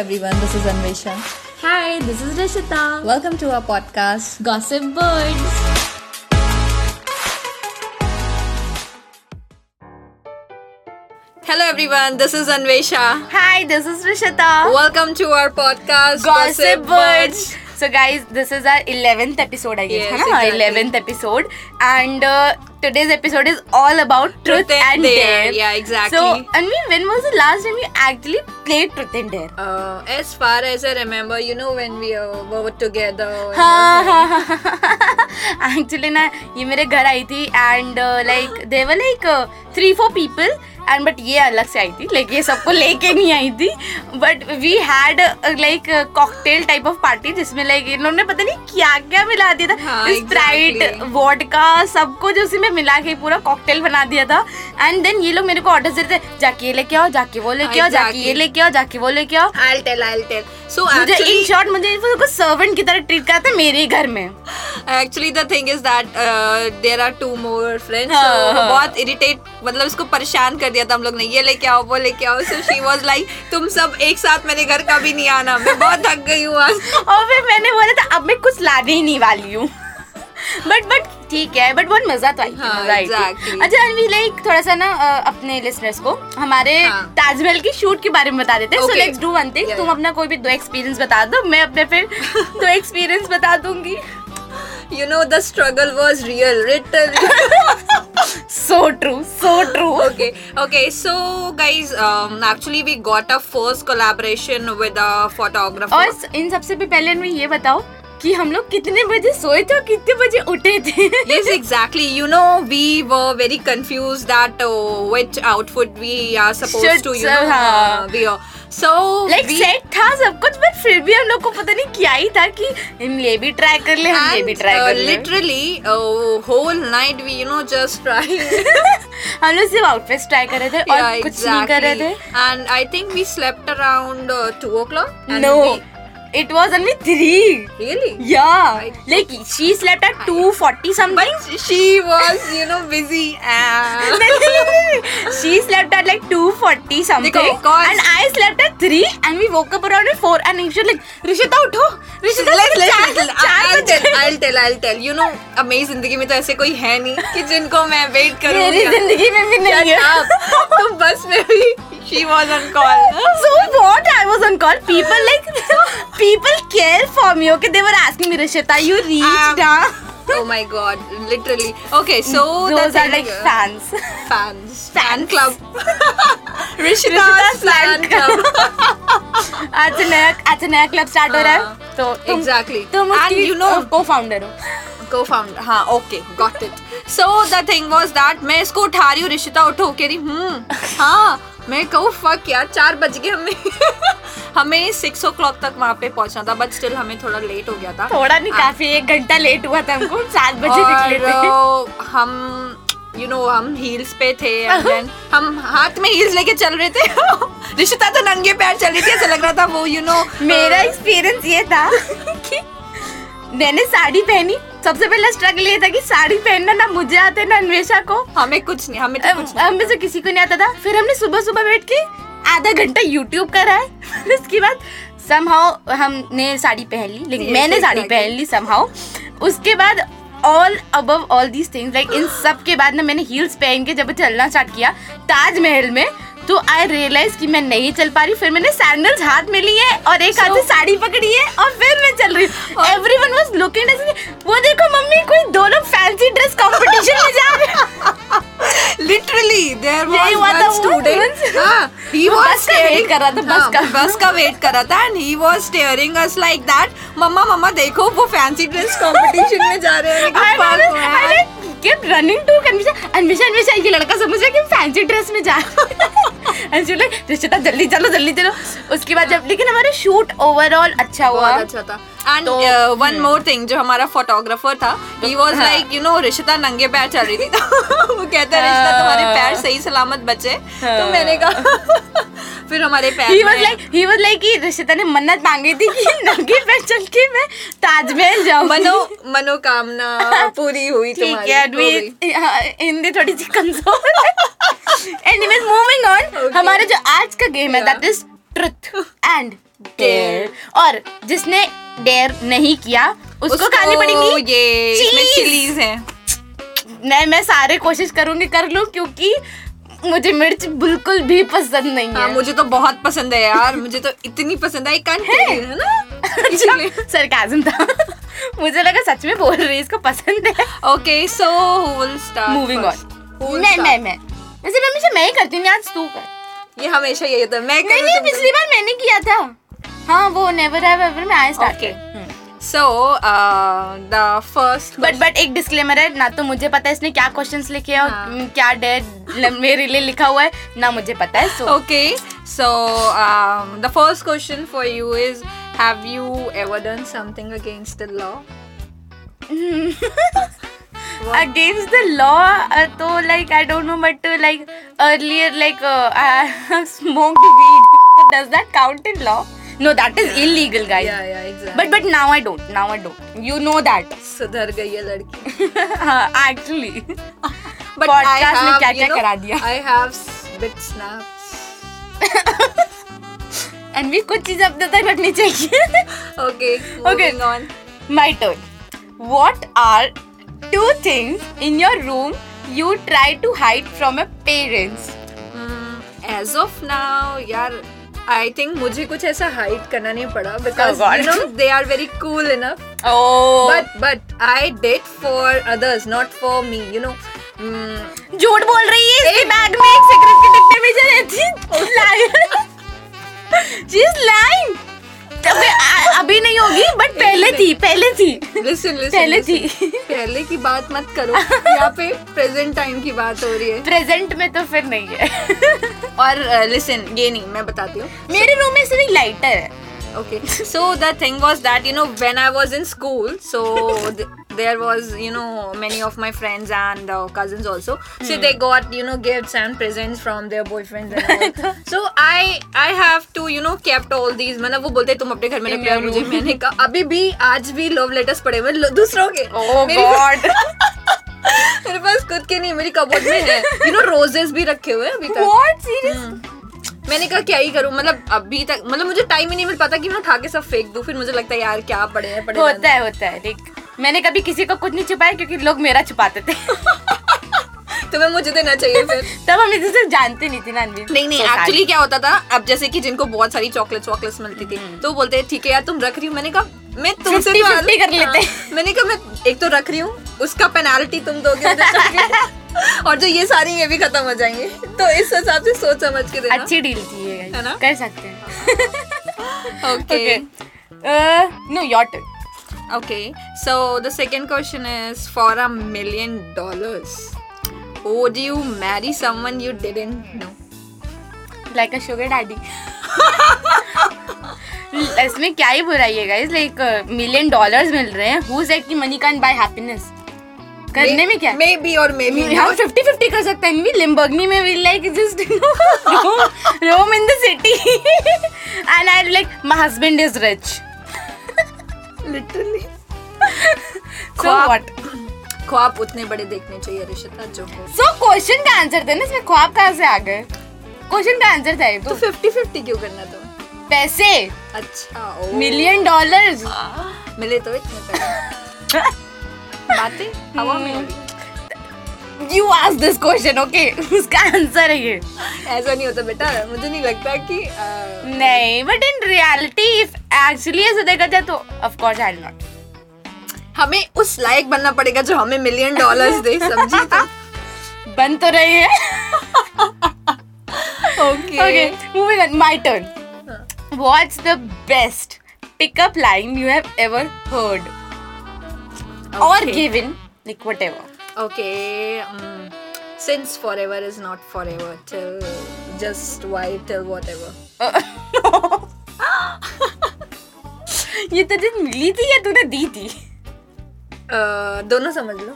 everyone. This is Anvesha. Hi, this is Rishita. Welcome to our podcast. Gossip Birds. Hello, everyone. This is Anvesha. Hi, this is Rishita. Welcome to our podcast. Gossip Birds. So, guys, this is our 11th episode, I guess. Yes, है ना? exactly. 11th episode. And uh, today's episode is all about Truth, Truth and Dare. Dare. Yeah, exactly. So, Anvi, when was the last time you actually played Truth and Dare? Uh, as far as I remember, you know when we uh, were together. and हाँ everything. हाँ हाँ actually ना ये मेरे घर आई थी uh, and like they were like three four people and but ये अलग से आई थी लाइक ये सबको लेके नहीं आई थी but we had like cocktail type of party जिसमें लाइक इन्होंने पता नहीं क्या क्या मिला दिया था हाँ, स्प्राइट exactly. वोडका सबको जो उसी में मिला के पूरा कॉकटेल बना दिया था एंड देन ये लोग मेरे को ऑर्डर देते थे जाके ये लेके आओ जाके वो लेके आओ जाके ये Exactly. लेके आओ जाके वो लेके आओ I'll tell, I'll tell. So मुझे actually, इन शॉर्ट मुझे इनको सर्वेंट की तरह ट्रीट करता है मेरे ही घर में actually the thing is that uh, there are two more friends. हाँ, so हाँ. बहुत irritate, मतलब इसको परेशान कर दिया था हम लोग ने. ये लेके आओ, वो लेके आओ. So she was like, तुम सब एक साथ मेरे घर कभी नहीं आना. मैं बहुत थक गई हूँ आज. और फिर मैंने बोला था अब मैं कुछ लाने ही नहीं वाली हूँ बट बट ठीक है बट बहुत मजा तो आई थी, हाँ, मजा आई थी। exactly. अच्छा अनवी लाइक थोड़ा सा ना अ, अपने लिसनर्स को हमारे हाँ। ताजमहल की शूट के बारे में बता देते हैं so Okay. Let's do one thing Yeah, तुम yeah. अपना कोई भी दो एक्सपीरियंस बता दो मैं अपने फिर दो एक्सपीरियंस बता दूंगी you know the struggle was real written so true so true okay okay so guys um actually we got a first collaboration with a photographer और स- इन सबसे भी पहले अनवी ये बताओ कि हम लोग कितने बजे सोए थे और कितने बजे उठे थे yes exactly you know we were very confused that uh, which outfit we are supposed Should- to you so, know हाँ. uh, wear so like we set था सब कुछ बट फिर भी हम लोग को पता नहीं क्या ही था कि हम ये भी ट्राई कर ले हम ये भी and ट्राई uh, कर ले literally uh, whole night we you know just trying हम लोग सिर्फ आउटफिट्स ट्राई कर रहे थे और Yeah, कुछ नहीं कर रहे थे exactly. and i think we slept around uh, 2 o'clock and no it was only three we, really या I- like she slept at 240 something But she was, you know, busy. And she slept at like 240 something because- and I slept at 3 and we woke up around at 4 and she was like Rishita उठो Let- Rishita let- चार- let- चार I'll बजे tell, I'll tell, I'll tell. You know, अब मेरी जिंदगी में तो ऐसे कोई है नहीं कि जिनको मैं वेट मेरी करूँ जिंदगी में भी नहीं है तो बस में भी she was on call. So what? I was on call. People like people care for me. Okay, they were asking me, Rishita, you reached. Um, huh? Oh my god, literally. Okay, so Those that's uh, are like fans. fans, fan club. Rishita's Rishita's fan fan club. आज से नया आज से नया club start हो रहा है हाँ, तो तुम exactly. तुम And उसकी you know- को फाउंडर हो co-founder हाँ okay got it so the thing was that मैं इसको उठा रही हूँ रिशिता उठो कह रही हूँ हाँ मैं कहूँ फक यार चार बज गए हमें हमें सिक्स ओ क्लॉक तक वहाँ पे पहुँचना था बट स्टिल हमें थोड़ा लेट हो गया था थोड़ा नहीं काफी एक घंटा लेट हुआ था हमको सात बजे निकले हाँ। और थे अ, हम यू you नो know, हम हील्स पे थे and then हम हाथ में हील्स लेके चल रहे थे रिशिता तो नंगे पैर चल रही थी ऐसा लग रहा था वो you you know know, uh, मेरा अ, एक्सपीरियंस ये था कि मैंने साड़ी पहनी सबसे पहला स्ट्रगल ये था कि साड़ी पहनना ना मुझे आते ना अन्वेषा को हमें कुछ नहीं हमें तो कुछ नहीं हम में से किसी को नहीं आता था फिर हमने सुबह सुबह बैठ के आधा घंटा यूट्यूब करा है फिर उसके बाद समहाउ हमने साड़ी पहन ली लेकिन Yes, मैंने साड़ी exactly. पहन ली समहाउ उसके बाद all above all these things like इन सब के बाद ना मैंने हील्स पहन के जब चलना स्टार्ट किया ताजमहल में तो आई रियलाइज कि मैं नहीं चल पा रही फिर मैंने सैंडल्स हाथ में लिए और एक हाथ से So- साड़ी पकड़ी है और फिर मैं चल रही हूँ और- एवरीवन वाज लुकिंग एट वो देखो मम्मी कोई दोनों फैंसी ड्रेस कंपटीशन में जा रहे हैं लिटरली देयर यही वाज हुआ था वन वो स्टूडेंट once. हां ही वो वाज बस का wait कर रहा था, बस का। बस का वेट कर रहा था and he was staring us like that मम्मा मम्मा देखो वो फैंसी ड्रेस कंपटीशन में जा रहे हैं I लेकिन was- park I was- kept running to Anvisha. Anvisha, Anvisha, ये लड़का समझ रहा है कि फैंसी ड्रेस में जा अंशुल रिश्ता जल्दी चलो जल्दी चलो उसके बाद जब लेकिन हमारा शूट ओवरऑल अच्छा हुआ बहुत अच्छा था एंड तो- वन मोर थिंग जो हमारा फोटोग्राफर था ही वाज हाँ। लाइक यू नो रिशिता नंगे पैर चल रही थी तो वो कहता है रिशिता तुम्हारे पैर सही सलामत बचे तो हाँ। मैंने कहा फिर हमारे ही पैर वाज में- लाइक ही वाज लाइक कि रिश्ता ने मन्नत मांगी थी कि नंगे पैर चल के मैं ताजमहल जाऊं मनो मनोकामना पूरी हुई ठीक तुम्हारी है हो गई। अभी हाँ, हिंदी थोड़ी सी कमजोर एनीवेज मूविंग Okay. ऑन हमारा जो आज का गेम है Yeah. That is truth and dare और जिसने डेयर नहीं किया उसको खानी पड़ेगी ये इसमें हाँ, Cheese! चिलीज है नहीं मैं सारे कोशिश करूंगी कर लूं क्योंकि मुझे मिर्च बिल्कुल भी पसंद नहीं हाँ है मुझे तो बहुत पसंद है यार मुझे तो इतनी पसंद आई कान है ना इसीलिए सरकाजम अच्छा, था मुझे लगा सच में बोल रही है, इसको पसंद है okay so who will start moving on मैं मैं मैं वैसे मैं हमेशा मैं ही करती हूँ आज तू कर ये हमेशा यही होता है मैं नहीं नहीं पिछली बार मैंने किया था हाँ वो नेवर हैव एवर में हम्म। I start Okay. So the first but but एक डिस्क्लेमर है ना तो मुझे पता है इसने क्या क्वेश्चंस लिखे हैं और हाँ। हम्म, क्या डेयर मेरे लिए लिखा हुआ है ना मुझे पता है so Okay, so um, the first question for you is Have you ever done something against the law? Against the law तो like I don't know but like earlier like I smoked weed does that count in law no that is illegal guys Yeah, yeah, exactly. But but now I don't now I don't you know that सुधर गई है लड़की actually But I Podcast में have, क्या-क्या you know, करा दिया। I have s- bit snaps. And भी कुछ चीज अब तक रखनी चाहिए Okay, Okay. moving on. My turn. What are two things in your room you try to hide from your parents? Mm, as of now, yaar, I think मुझे कुछ ऐसा hide करना नहीं पड़ा because God. you know they are very cool enough. Oh, But but I did for others, not for me. You know. Mm, झूठ बोल रही है इसके बैग में एक सिगरेट के डिब्बे में जा रहती लायर शी इज लाइंग अबे आ- अभी नहीं होगी बट पहले थी पहले थी listen, listen. पहले listen. थी पहले की बात मत करो यहाँ पे प्रेजेंट टाइम की बात हो रही है प्रेजेंट में तो फिर नहीं है और लिसन ये नहीं मैं बताती हूँ मेरे रूम में सिर्फ लाइटर है okay so the thing was that you know when I was in school so there was you know many of my friends and uh, cousins also so they got you know gifts and presents from their boyfriends and all. so i i have to you know kept all these मतलब वो बोलते हैं, तुम अपने घर में In रख लिया your मुझे room. मैंने कहा अभी भी आज भी लव लेटर्स पड़े हुए हैं, लो- दूसरों के मेरी- गॉड मेरे पास खुद के नहीं मेरी कबोर्ड में है यू नो रोजेस भी रखे हुए हैं अभी तक व्हाट सीरियस मैंने कहा क्या ही करूं मतलब अभी तक मतलब मुझे टाइम ही नहीं मिल पाता कि मैं उठा के सब फेंक दूं फिर मुझे लगता है यार क्या पड़े हैं पड़े होता है होता है लाइक मैंने कभी किसी को कुछ नहीं छुपाया क्योंकि लोग मेरा छुपाते थे हैं। तुम्हें मुझे देना चाहिए फिर तब हम इसे सिर्फ जानते नहीं थे ना अनवी नहीं नहीं So sad. एक्चुअली क्या होता था अब जैसे कि जिनको बहुत सारी चॉकलेट चॉकलेट्स मिलती थी तो वो बोलते हैं ठीक है यार तुम रख रही हो मैंने कहा मैं तुमसे 50 तो आ- 50 कर लेते हैं। हाँ, मैंने कहा मैं एक तो रख रही हूँ उसका पेनाल्टी तुम दोगे मुझे chocolate। और जो ये सारी ये भी खत्म हो जाएंगे तो इस हिसाब से सोच समझ के देना अच्छी डील थी ये है ना? कर सकते हैं okay okay no your turn Okay, so the second question is for a million dollars. Would you marry someone you didn't know? Like a sugar daddy इसमें क्या ही बुराई है गाइस लाइक मिलियन डॉलर्स मिल रहे हैं हु सेड कि money can buy happiness करने में क्या है? Maybe or maybe हम not. 50 50 कर सकते हैं इनवी लिम्बर्गनी में we like just roam in the city and I like my husband is rich Literally. So ख्वाब- व्हाट ख्वाब उतने बड़े देखने चाहिए रिशिता जो हो तो सो क्वेश्चन का आंसर देना इसमें ख्वाब कहाँ से आ गए क्वेश्चन का आंसर था ये तो तो 50 50 क्यों करना तुम पैसे अच्छा ओ मिलियन डॉलर्स मिले तो इतने पैसे बातें हवा में हम्म। हो रही हैं। You ask this question okay उसका आंसर है ये ऐसा नहीं होता बेटा मुझे नहीं लगता कि uh, नहीं but in reality if actually ऐसा देखा जाए तो ऑफ कोर्स आई नॉट हमें उस लायक बनना पड़ेगा जो हमें मिलियन डॉलर्स दे समझी तो बन तो रही है okay Okay, moving on. My turn. Huh. What's the best pickup line you have ever heard or given? Like whatever. Okay. mm, since forever is not forever, till just why, till whatever. ये तो जिन मिली थी या तूने दी थी Uh, दोनों समझ लो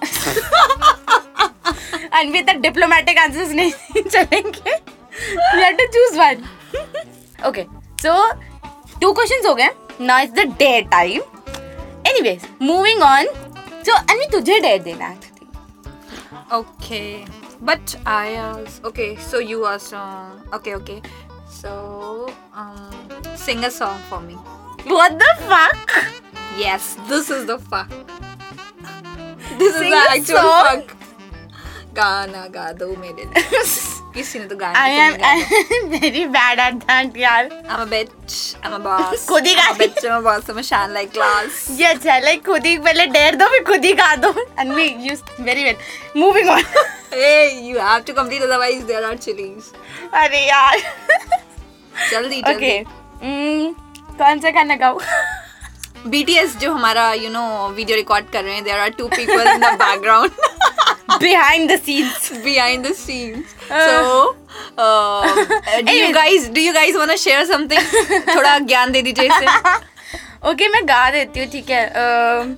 and with the diplomatic answers नहीं चलेंगे you have to choose one okay so two questions हो गए now is the day time anyways moving on so Anvi तुझे डे देना है actually. okay but i asked okay so you asked uh, okay okay so um, sing a song for me. What the fuck? Yes, this is the fuck. This Sing is the a actual song? fuck. गाना गा दो मेरे लिए किसी ने तो गाना I am तो नहीं गाया। I'm very bad at that, yaar. I'm a bitch, I'm a boss. खुद ही गा I'm a रही। bitch, I'm a boss, I'm a shine like glass. ये अच्छा है लाइक खुद ही पहले डेर दो फिर खुद ही गा दो and we use very well moving on Hey, you have to complete otherwise there are chilies. अरे यार Hmm, जल्दी जल्दी ओके कौन सा गाना गाऊं BTS जो हमारा यू नो वीडियो रिकॉर्ड कर रहे हैं there are two people in the background behind the scenes behind the scenes. Uh. So, uh, do you Anyways. guys do you guys want to share something? थोड़ा ज्ञान दे दीजिए इसे. Okay मैं गा देती हूँ ठीक है अम,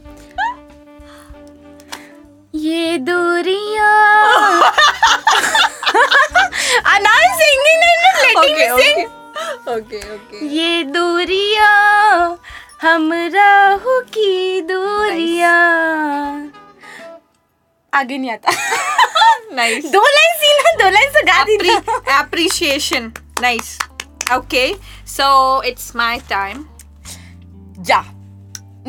ये दूरियां आई singing and letting me sing okay, okay. ये दूरियां हम राहों की दूरियां आगे नहीं आता Nice. दो लाइन सी ना दो लाइन से गा दी तो। ना Appre- appreciation. Nice. Okay. So it's my time. जा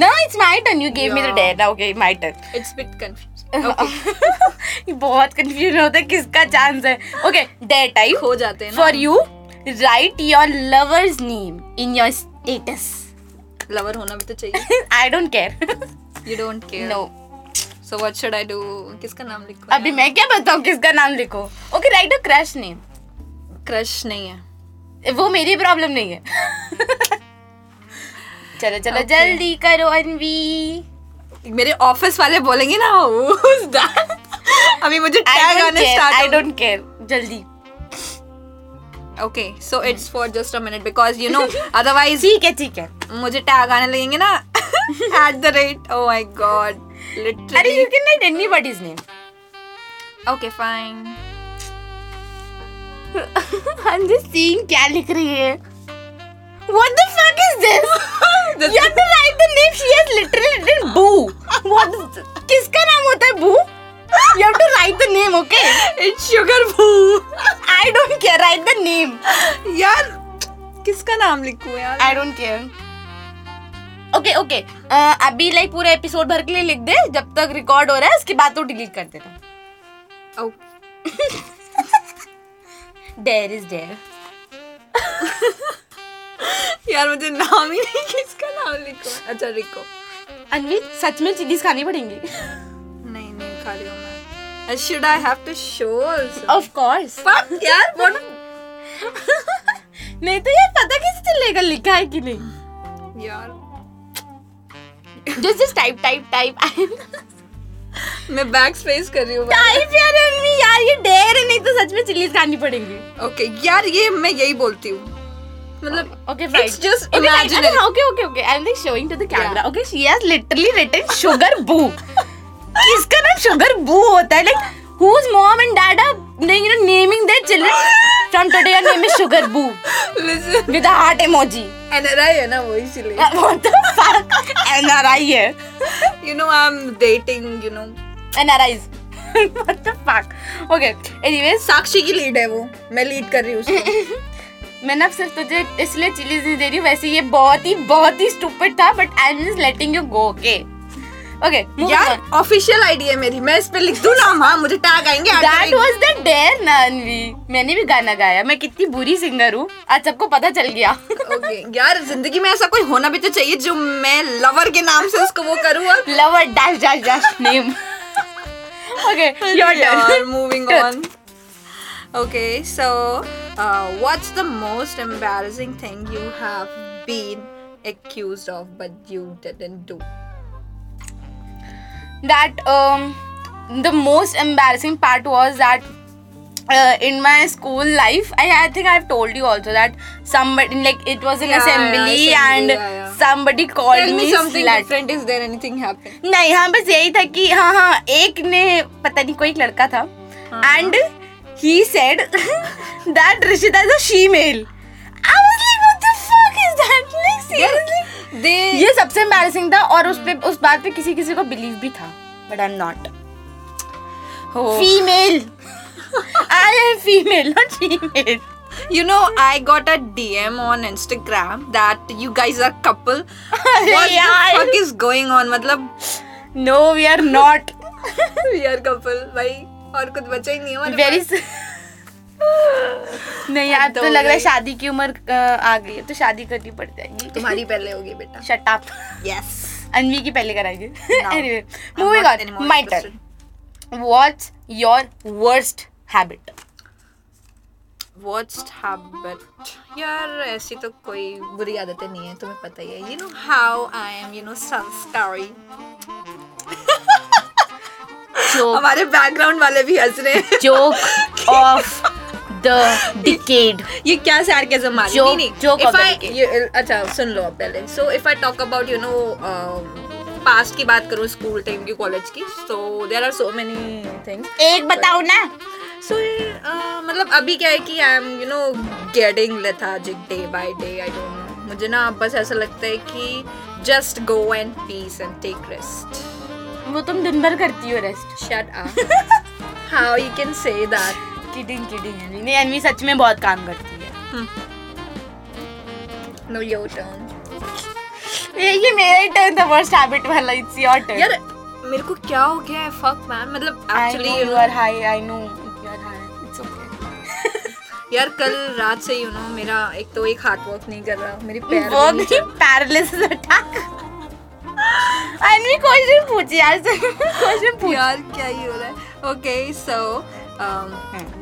No, it's my turn. You gave me the Yeah. dare. Now, okay, my turn. It's a bit confused. Uh-huh. Okay. ये बहुत कंफ्यूजन होता है किसका चांस है ओके डेयर टाइप खो जाते हैं ना for you write your lover's name in your status lover होना भी तो चाहिए I don't care you don't care no so what should I do किसका नाम लिखूं अभी मैं क्या बताऊँ किसका नाम लिखो okay write your crush name crush नहीं है वो मेरी प्रॉब्लम नहीं है चलो चलो Okay. जल्दी करो अनवी मेरे ऑफिस वाले बोलेंगे ना who's that? अभी मुझे आई टैग डोंट आने care start I don't care जल्दी okay so it's for just a minute because you know otherwise ठीक है ठीक है मुझे टैग आने लगेंगे ना at the rate oh my god अरे literally you can write anybody's name okay fine I am just seeing क्या लिख रही है What the fuck is this? This- you have to write the name. She has literally written Boo. What? किसका नाम होता है Boo? You have to write the name, okay? it's sugar boo I don't care. Write the name. यार किसका नाम लिखूं यार I don't care okay okay Uh, अभी लाइक पूरा एपिसोड भर के लिए लिख दे जब तक रिकॉर्ड हो रहा है उसके बाद तो डिलीट कर देना oh, डेयर इज डेयर यार मुझे नाम ही नहीं किसका नाम लिखूं अच्छा रिको अनवी सच में चिलीज खानी पड़ेंगी नहीं नहीं खा रही हूं मैं should I have to show also of course Oh, fuck यार what नहीं तो यार पता कैसे चलेगा लिखा है कि नहीं यार just just type type type type मैं बैक स्पेस कर रही हूँ यार अनवी यार ये डेयर है नहीं तो सच में चिलीज खानी पड़ेंगी ओके यार ये मैं यही बोलती हूँ मतलब Okay, fine. It's just okay, fine. imaginary. Okay, okay, okay, okay. I'm like showing to the camera. Yeah. Okay, she has literally written sugar boo. किसका नाम sugar boo होता है? Like whose mom and dad are like, you know naming their children from today your name is sugar boo Listen, with a heart emoji. Uh, NRI है ना वो इसीलिए. What the fuck? NRI है. You know I'm dating, you know. NRIs. What the fuck? Okay. Anyways, साक्षी की lead है वो. मैं lead कर रही हूँ उसको. मैंने अब सिर्फ तुझे इसलिए चिलीज नहीं दे रही हूँ, वैसे ये बहुत ही बहुत ही स्टूपिड था but I am just letting you go okay okay यार ऑफिशियल आईडी है मेरी. मैं इस पे लिख दूँ नाम हाँ मुझे टैग आएंगे. at the that rate- was the dare नानवी मैंने भी गाना गाया मैं कितनी बुरी सिंगर हूँ आज सबको पता चल गया Okay. यार जिंदगी में ऐसा कोई होना भी तो चाहिए जो मैं लवर के नाम से उसको वो करूँ और lover dash dash dash name okay your turn Yaar, moving on. Okay, so uh, what's the most embarrassing thing you have been accused of but you didn't do? that um, the most embarrassing part was that uh, in my school life I, I think i've told you also that somebody like it was an Yeah, yeah, assembly, and assembly, yeah, yeah. somebody called Tell me something slut. different. Is there anything happened? नहीं हाँ बस यही था कि हाँ हाँ एक ने पता नहीं कोई एक लड़का था हाँ, and he said that Rishita is a female I was like what the fuck is that like seriously They. ये सबसे एम्बैरेसिंग था और उस पे उस बात पे किसी किसी को बिलीव भी था but I am not Oh. Female I am female not female You know, I got a DM on Instagram that you guys are couple. What यार। the fuck is going on? मतलब no we are not we are couple भाई और कुछ बचा ही नहीं है हमारे very पास। नहीं अब हद तो हो लग रहा है गई। शादी की उम्र अ, आ गई है तो शादी करनी पड़ जाएगी तुम्हारी पहले होगी बेटा शट अप यस अनवी की पहले कराएगी No. Anyway moving on my turn what's your worst habit worst habit यार ऐसी तो कोई बुरी आदतें नहीं है तुम्हें पता ही है you know how I am you know संस्कारी जोक हमारे बैकग्राउंड वाले भी हंस रहे हैं जोक ऑफ द डिकेड ये क्या sarcasm मारी Joke- नहीं joke नहीं of if the I decade. ये- अच्छा सुन लो आप पहले so if I talk about you know past uh, की बात करूँ स्कूल टाइम की कॉलेज की so there are so many things एक बताओ ना सो मतलब अभी क्या है कि I am you know getting lethargic day by day I don't know मुझे ना बस ऐसा लगता है कि just go and peace and take rest वो तुम दिन भर करती हो rest shut up how you can say that kidding kidding Anvi नहीं अनवी सच में बहुत काम करती है नो योर टर्न ये ये मेरा ही टर्न था वर्स्ट हैबिट वाला इट्स योर टर्न यार मेरे को क्या हो गया है फक मैन मतलब actually you you know are high i know you are high it's okay यार कल रात से यू नो मेरा एक तो एक हाथ वर्क नहीं कर रहा मेरी पैर भी वर्क नहीं ही पैरालिसिस अटैक अनवी क्वेश्चन पूछ यार क्वेश्चन चल- पूछ यार क्या ही हो रहा है okay so um,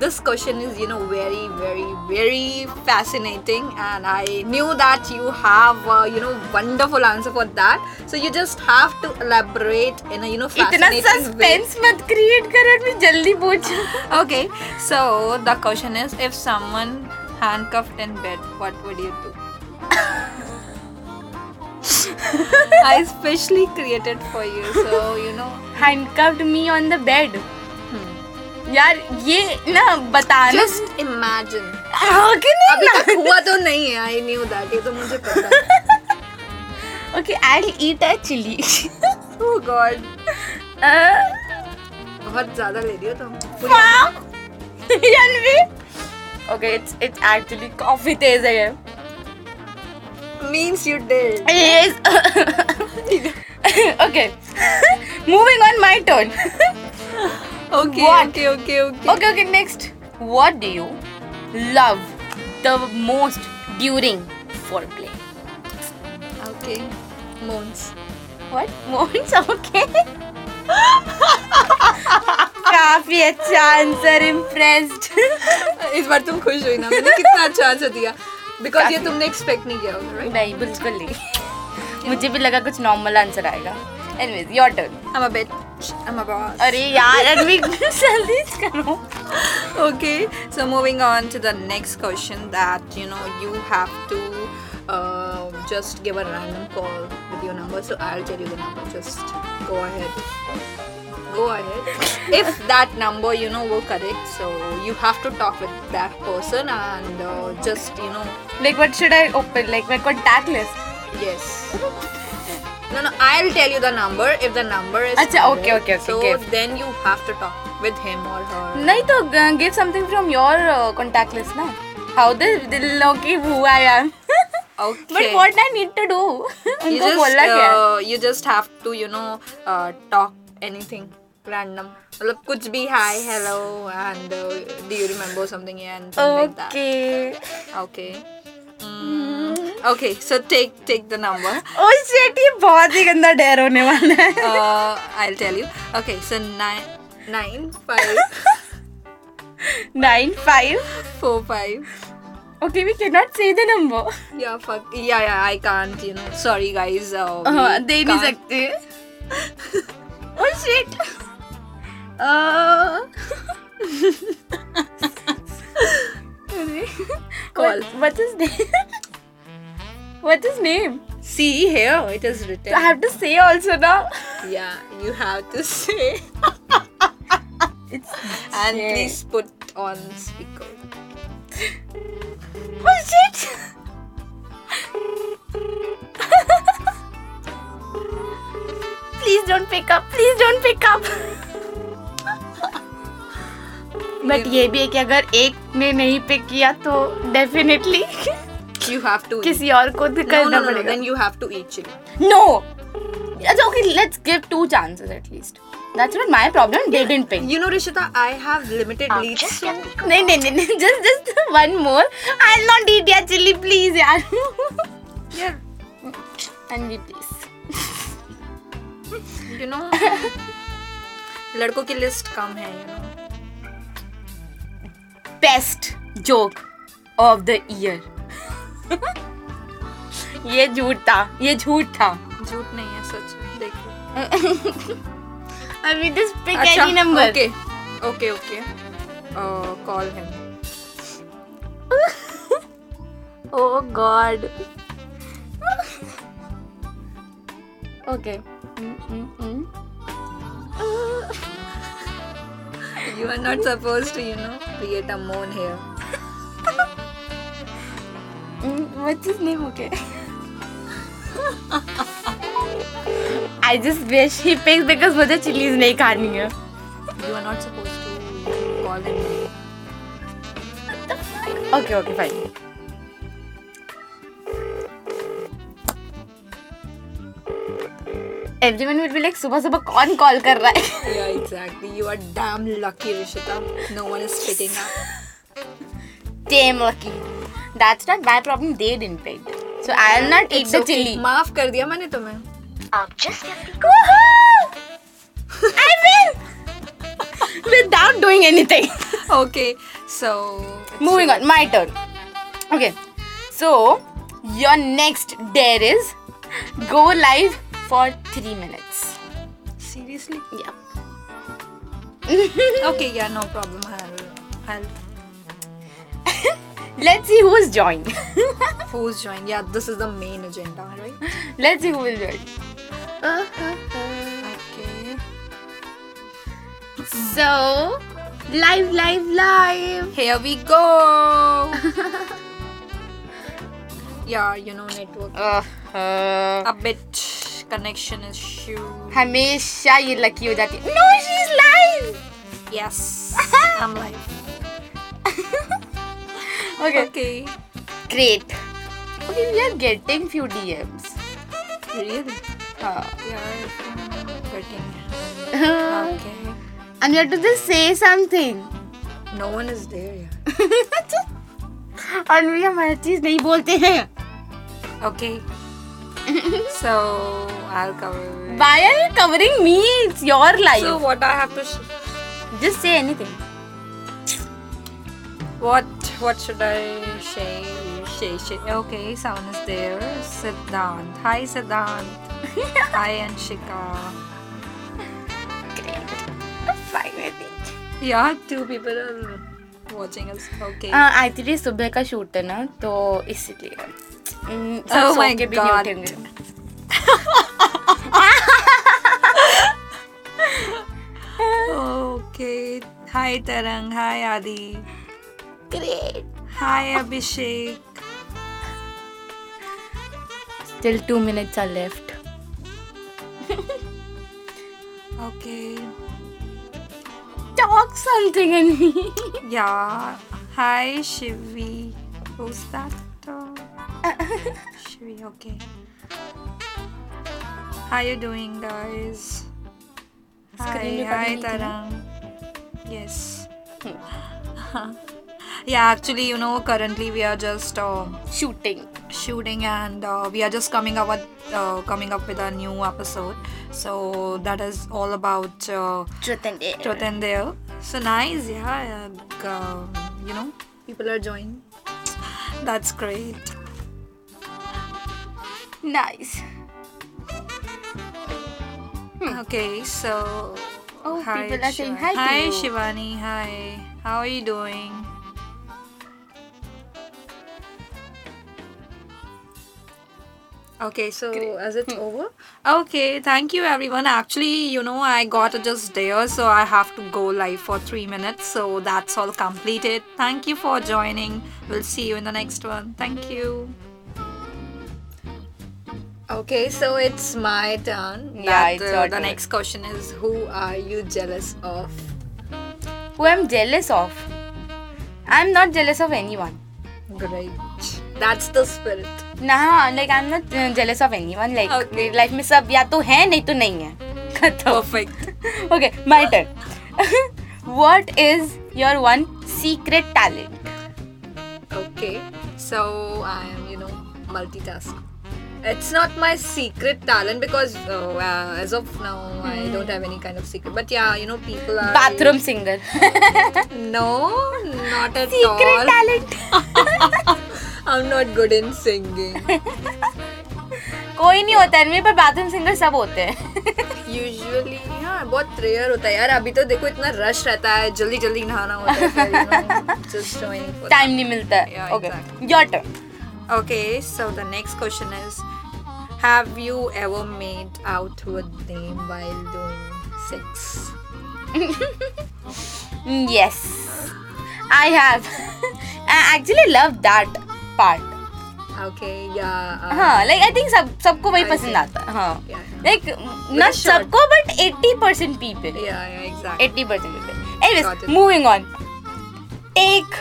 this question is you know very very very fascinating and I knew that you have you know wonderful answer for that so you just have to elaborate in you know इतना suspense मत create करो अनवी जल्दी पूछ okay so the question is if someone handcuffed in bed what would you do i specially created for you so you know handcuffed me on the bed hmm. यार ये ना बताना just imagine हाँ कि अभी नहीं तक हुआ तो नहीं है आई न्यू दैट ये तो मुझे पता है okay I eat a chilli oh god Uh, बहुत ज्यादा ले रही हो तुम पूरी Anvi okay it's it's actually coffee तेज है ये means you did Yes. okay. Moving on, my turn. okay What? okay okay okay okay, okay, next. What do you love the most during foreplay? okay moons What? Moments? Okay. काफी अच्छा answer impressed इस बार तुम खुश हुई ना मैंने कितना अच्छा आंसर दिया बिकॉज ये तुमने एक्सपेक्ट नहीं किया होगा राइट नहीं बिल्कुल नहीं मुझे भी लगा कुछ नॉर्मल आंसर आएगा anyways your turn I am a bitch I am a boss अरे यार अनवी जल्दी करो okay so moving on to the next question that you know you have to uh, just give a random call with your number so i'll tell you the number just go ahead go ahead if that number you know were correct so you have to talk with that person and uh, just you know like what should I open like my contact list Yes. No, no, I'll tell you the number if the number is. Acha, okay, correct, okay, okay, So give. then you have to talk with him or her. नहीं तो ग- give something from your uh, contact list ना how they they'll know कि who I am Okay. but what I need to do you उनको just, बोला क्या है? uh, you just have to, you know, uh, talk anything random. मतलब कुछ भी hi, hello, and uh, do you remember something yeah, and something uh, like that. okay Okay. Mm, okay, so take take the number. oh shit ये बहुत ही गंदा डर होने वाला है Uh, I'll tell you. Okay, so nine nine five nine five four five. okay we cannot say the number Yeah, fuck. Yeah, yeah, I can't, you know. Sorry, guys. Uh, we हाँ, दे नहीं can't. सकते oh shit uh, अरे, Call. what- what's his name what's his name See here, it is written. I have to say also now. yeah, you have to say. It's And Yeah. please put on speaker. oh shit. please don't pick up. Please don't pick up. But ये भी है कि अगर एक ने नहीं pick किया तो definitely You have to. eat. किसी और को भी No, करना no, no, no. पड़ेगा Then you have to eat chili. No. It's okay. Let's give two chances at least. That's not my problem. They didn't pay. You know, Rishita, I have limited leads. So No, no, no, no. Just, just one more. I'll not eat your chili, please, yeah. yeah, And me, please. you know, लड़कों की list कम है, you know. Best joke of the year. ये झूठ था ये झूठ था झूठ नहीं है सच देखो अच्छा, I mean this pick तो any number. okay okay okay uh, call him Oh God. okay. Mm-mm-mm. you are not supposed to you know create a moan here Mm, What's his name? Okay. I just wish he picks because मुझे chillies नहीं खानी है you are not supposed to call him okay okay fine everyone will be like सुबह सुबह कौन call कर रहा है yeah exactly you are damn lucky Rishita no one is picking up Damn lucky. That's not my problem. They didn't pay. So I'll not eat the chili. माफ कर दिया मैंने तुम्हें Woohoo! I win without doing anything. okay so Moving on, my turn. Okay, so your next dare is go live for three minutes. seriously Yeah. okay yeah no problem I'll, I'll Let's see who's joined. who's joined yeah this is the main agenda right Let's see who will join. okay So, live, live, live. Here we go. yeah, you know network. Uh-huh. A bit connection issue. हमेशा ये lucky हो जाती है no she is live Yes, I'm live. Okay Okay. Great okay we are getting few DMs Really? And Yeah, it's working. Okay. You have to just say something No one is there. Yeah. और भी हम हर चीज नहीं बोलते हैं Okay. so I'll cover. it. Why are you covering me it's your So life what I have to. Sh- just say anything what what should I say? Say say. Okay, someone is there. Siddhant. Hi Siddhant. Hi Anshika. Fine I think Yeah, two people are watching us. Okay. Uh. हाँ, actually सुबह का shoot है ना तो इसीलिए हम्म, सब Oh सो my के भी God. नहीं उठेंगे okay. Hi Tarang. Hi Adi. Great Hi Abhishek. Still 2 minutes are left Okay. talk something in me. Yeah. Hi Shivi. Who's that? Uh, Shivi. Okay. How you doing, guys? Hi. Screen पे Hi नहीं थी ना? Tarang. Yes. yeah. Actually, you know, currently we are just. um Shooting. shooting and uh, we are just coming up with, uh, coming up with a new episode so that is all about uh, Truth and air. truth and dare so nice yeah uh, um, you know people are joining that's great Nice. okay so Hmm. Oh, hi, people are saying Shivani. hi to you. Shivani hi how are you doing Okay, so is Hmm. it over? Okay, thank you everyone. Actually, you know, I got it just there, so I have to go live for three minutes. So that's all completed. Thank you for joining. We'll see you in the next one. Thank you. Okay, so it's my turn. Yeah, That, it's uh, your the turn. next question is Who are you jealous of? Who I'm jealous of. I am not jealous of anyone Great. That's the spirit. ना like I am not jealous of anyone like Okay. मेरी life में सब या तो है नहीं तो नहीं है खत्म Perfect. Okay my turn what is your one secret talent Okay. So I am, you know, multitask. It's not my secret talent because uh, uh, as of now I don't have any kind of secret. But yeah, you know, people are bathroom singer No, not at all. Secret talent I'm not good in singing. कोई नहीं होता है मेरे पर bathroom singer सब होते हैं usually हाँ बहुत रेयर होता है यार अभी तो देखो इतना रश रहता है जल्दी जल्दी नहाना होता है जस्ट जॉइनिंग टाइम नहीं मिलता है Yeah, okay exactly. Your turn Okay, so the next question is Have you ever made out with them while doing sex? Mm, yes i have i actually love that part Okay, yeah. uh, हाँ like i think सब सबको वही I पसंद see. आता है, हाँ Yeah, yeah. like not short. सबको but 80% percent people Yeah, yeah, exactly. Eighty percent people Got anyways it. Moving on take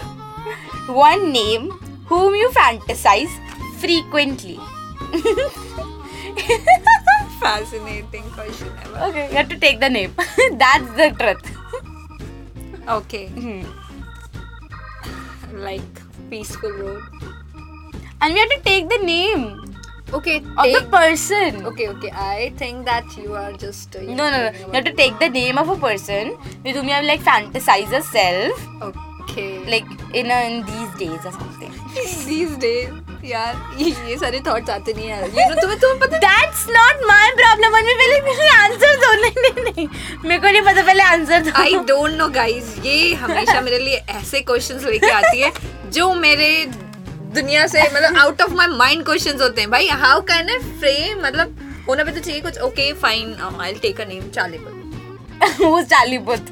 one name whom you fantasize frequently Fascinating question ever. okay you have to take the name that's the truth Okay, Hmm. like peaceful road. and we have to take the name Okay, of take. the person. Okay, okay. I think that you are just. Uh, you No, no, no. know, You have to take the name of a person with whom you have like fantasize yourself, Okay. like in, a, in these days or something. These days, यार ये ये सारे thoughts आते नहीं है ये तो तुम्हें तुम्हें पता That's not my problem. मैंने पहले मेरे आंसर दो नहीं नहीं नहीं मेरे को नहीं पता पहले आंसर दो आई डोंट नो गाइस ये हमेशा मेरे लिए ऐसे क्वेश्चंस लेके आती है जो मेरे दुनिया से मतलब out of my mind questions होते हैं भाई हाउ कैन आई फ्रेम मतलब होना भी तो चाहिए कुछ um, okay fine I take a name Charlie पर वो चाली बुत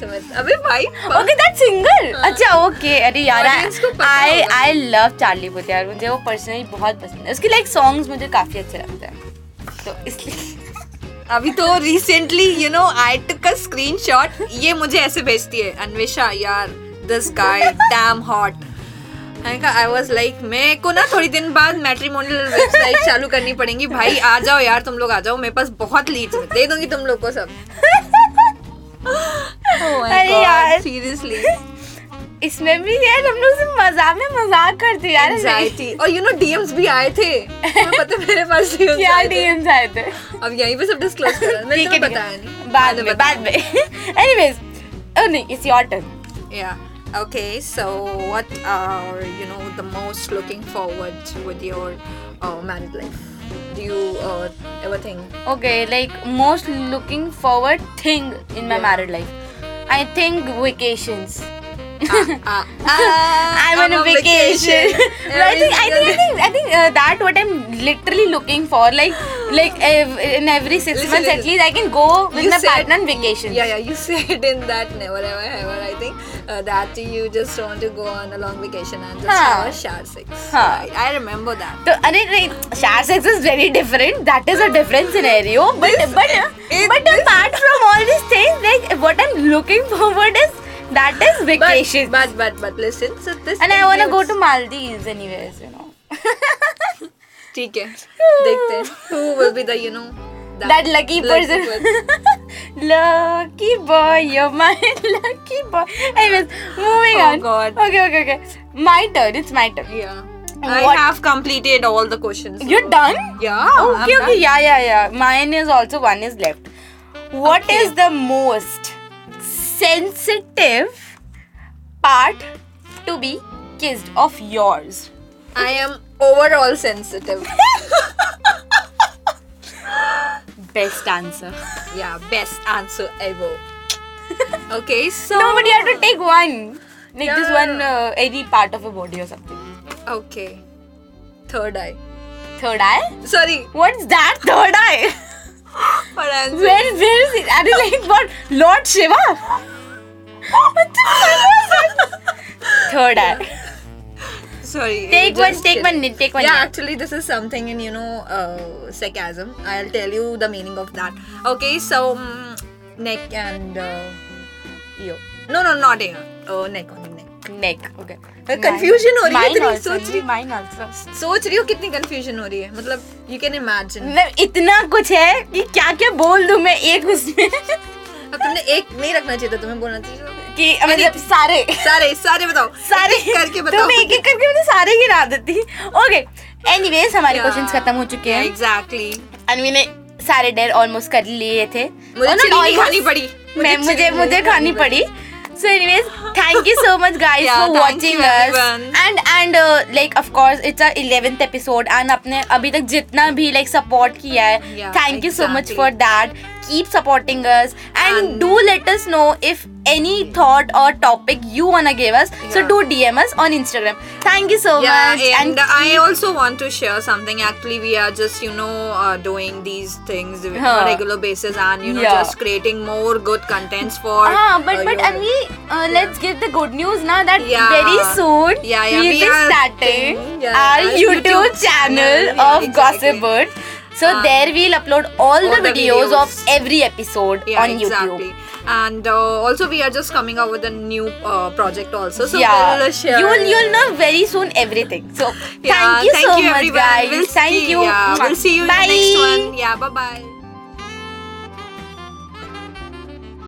तो अबे भाई ओके दैट सिंगल अच्छा ओके अरे यार हाँ। Audience को पता आई होगा। आई लव चार्ली बुत यार मुझे वो पर्सनली बहुत पसंद है उसके लाइक सॉन्ग्स मुझे काफी अच्छे लगते हैं तो इसलिए अभी तो recently you know I took a screenshot ये मुझे ऐसे भेजती है अन्वेषा यार this guy damn hot I was like मेरे को ना थोड़ी दिन बाद मैट्रिमोनियल वेबसाइट चालू करनी पड़ेगी भाई आ जाओ यार तुम लोग आ जाओ मेरे पास बहुत लीड्स दे दूंगी तुम लोग को सब Oh अरे यार। सीरियसली इसमें भी यार हम लोग सिर्फ मजाक में मजाक करते हैं यार एंजाइटी और यू नो डीएम्स भी आए थे तुम्हें पता है मेरे पास DMs क्या आए थे। डीएम्स आए थे अब यहीं पे सब डिस्क्लोज कर मैंने ठीक है, तुम्हें ठीक बताया है। नहीं बाद में बाद बताऊंगी। में oh, एनीवेज ओ नहीं it's your turn Yeah. Okay. So, what are you know the most looking forward to with your uh, married life? Do you uh, ever think? Okay like most looking forward thing in my Yeah. Married life I think vacations Ah, ah, I'm on a vacation. but I think I think I think I think uh, that what I'm literally looking for like like ev- in every six Listen, months at listen. least I can go with You my said- partner on vacation. Yeah, yeah. You said in that never ever ever. I think uh, that you just want to go on a long vacation and just Huh. have a shower sex. Huh. Right. I remember that. तो अरे नहीं shower sex is very different that is a different scenario but but it- but apart from all this things like what I am looking forward is that is But, vacation but but but listen. So this and I want to go includes- to Maldives anyways you know ठीक है देखते हैं who will be the you know that lucky person lucky boy you my lucky boy anyways moving Oh, on God. Okay okay okay my turn it's my turn Yeah. I What- have completed all the questions. You done Yeah. Okay, I'm okay, yeah, yeah, yeah. Mine is also one is left. What is Okay. the most sensitive part to be kissed of yours? done. I am overall sensitive. Best answer. yeah, best answer ever. okay, so. No, but you have to take one. Like this Yeah. one, uh, any part of your body or something. Okay. Third eye. Third eye? Sorry. What's that third eye? What answer? where, where is it? Are you like what? Lord Shiva? What the hell was that? Third eye. Sorry. Take just one, take kidding. one, take one. yeah, actually, this is something in you know uh, sarcasm. I'll tell you the meaning of that. Okay, so mm, neck and uh, ear. No, no, not ear. Oh, neck on the neck. Neck neck okay confusion हो रही है इतनी सोच रही mine also सोच रही हो कितनी कंफ्यूजन हो रही है मतलब यू कैन इमेजिन मैं इतना कुछ है कि क्या क्या बोल दूं मैं एक उसमें अब तुमने एक नहीं रखना चाहिए था तुम्हें बोलना चाहिए कि मतलब सारे सारे सारे बताओ सारे एक-एक करके तो बताओ मैं एक एक करके मुझे सारे गिरा देती ओके एनीवेज हमारे क्वेश्चंस खत्म हो चुके हैं एग्जैक्टली अनवी ने सारे डेयर ऑलमोस्ट कर लिए थे मुझे और not चिली नहीं almost, खानी पड़ी। मैं मुझे मुझे चिली मुझे नहीं खानी खानी पड़ी so anyways thank you so much guys Yeah, for thank you watching us everyone. And and like of course it's a 11th episode and आपने अभी तक जितना भी लाइक सपोर्ट किया है Yeah, thank you so much exactly. For that keep supporting us and And- do let us know if any thought or topic you wanna give us so Yeah. do dm us on instagram thank you so yeah, much and, keep- I also want to share something. Actually, we are just you know uh, doing these things on Huh. a regular basis, and you know Yeah. just creating more good contents for. Ah, but uh, but your- Anvi, uh, let's give the good news now that Yeah. very soon Yeah, yeah, we'll we be are starting doing, yeah, our our YouTube, YouTube channel channel. Yeah, of exactly. Gossip Bird. So Ah. there we'll upload all the All the videos, of videos. every episode yeah, on exactly. YouTube. And uh, also, we are just coming out with a new uh, project also. So yeah, we'll share. you'll you'll know very soon everything. So Yeah, thank you so much, everyone. guys. We'll thank see, you. Yeah, Mwah. we'll see you in Bye. the next one. Yeah, bye bye.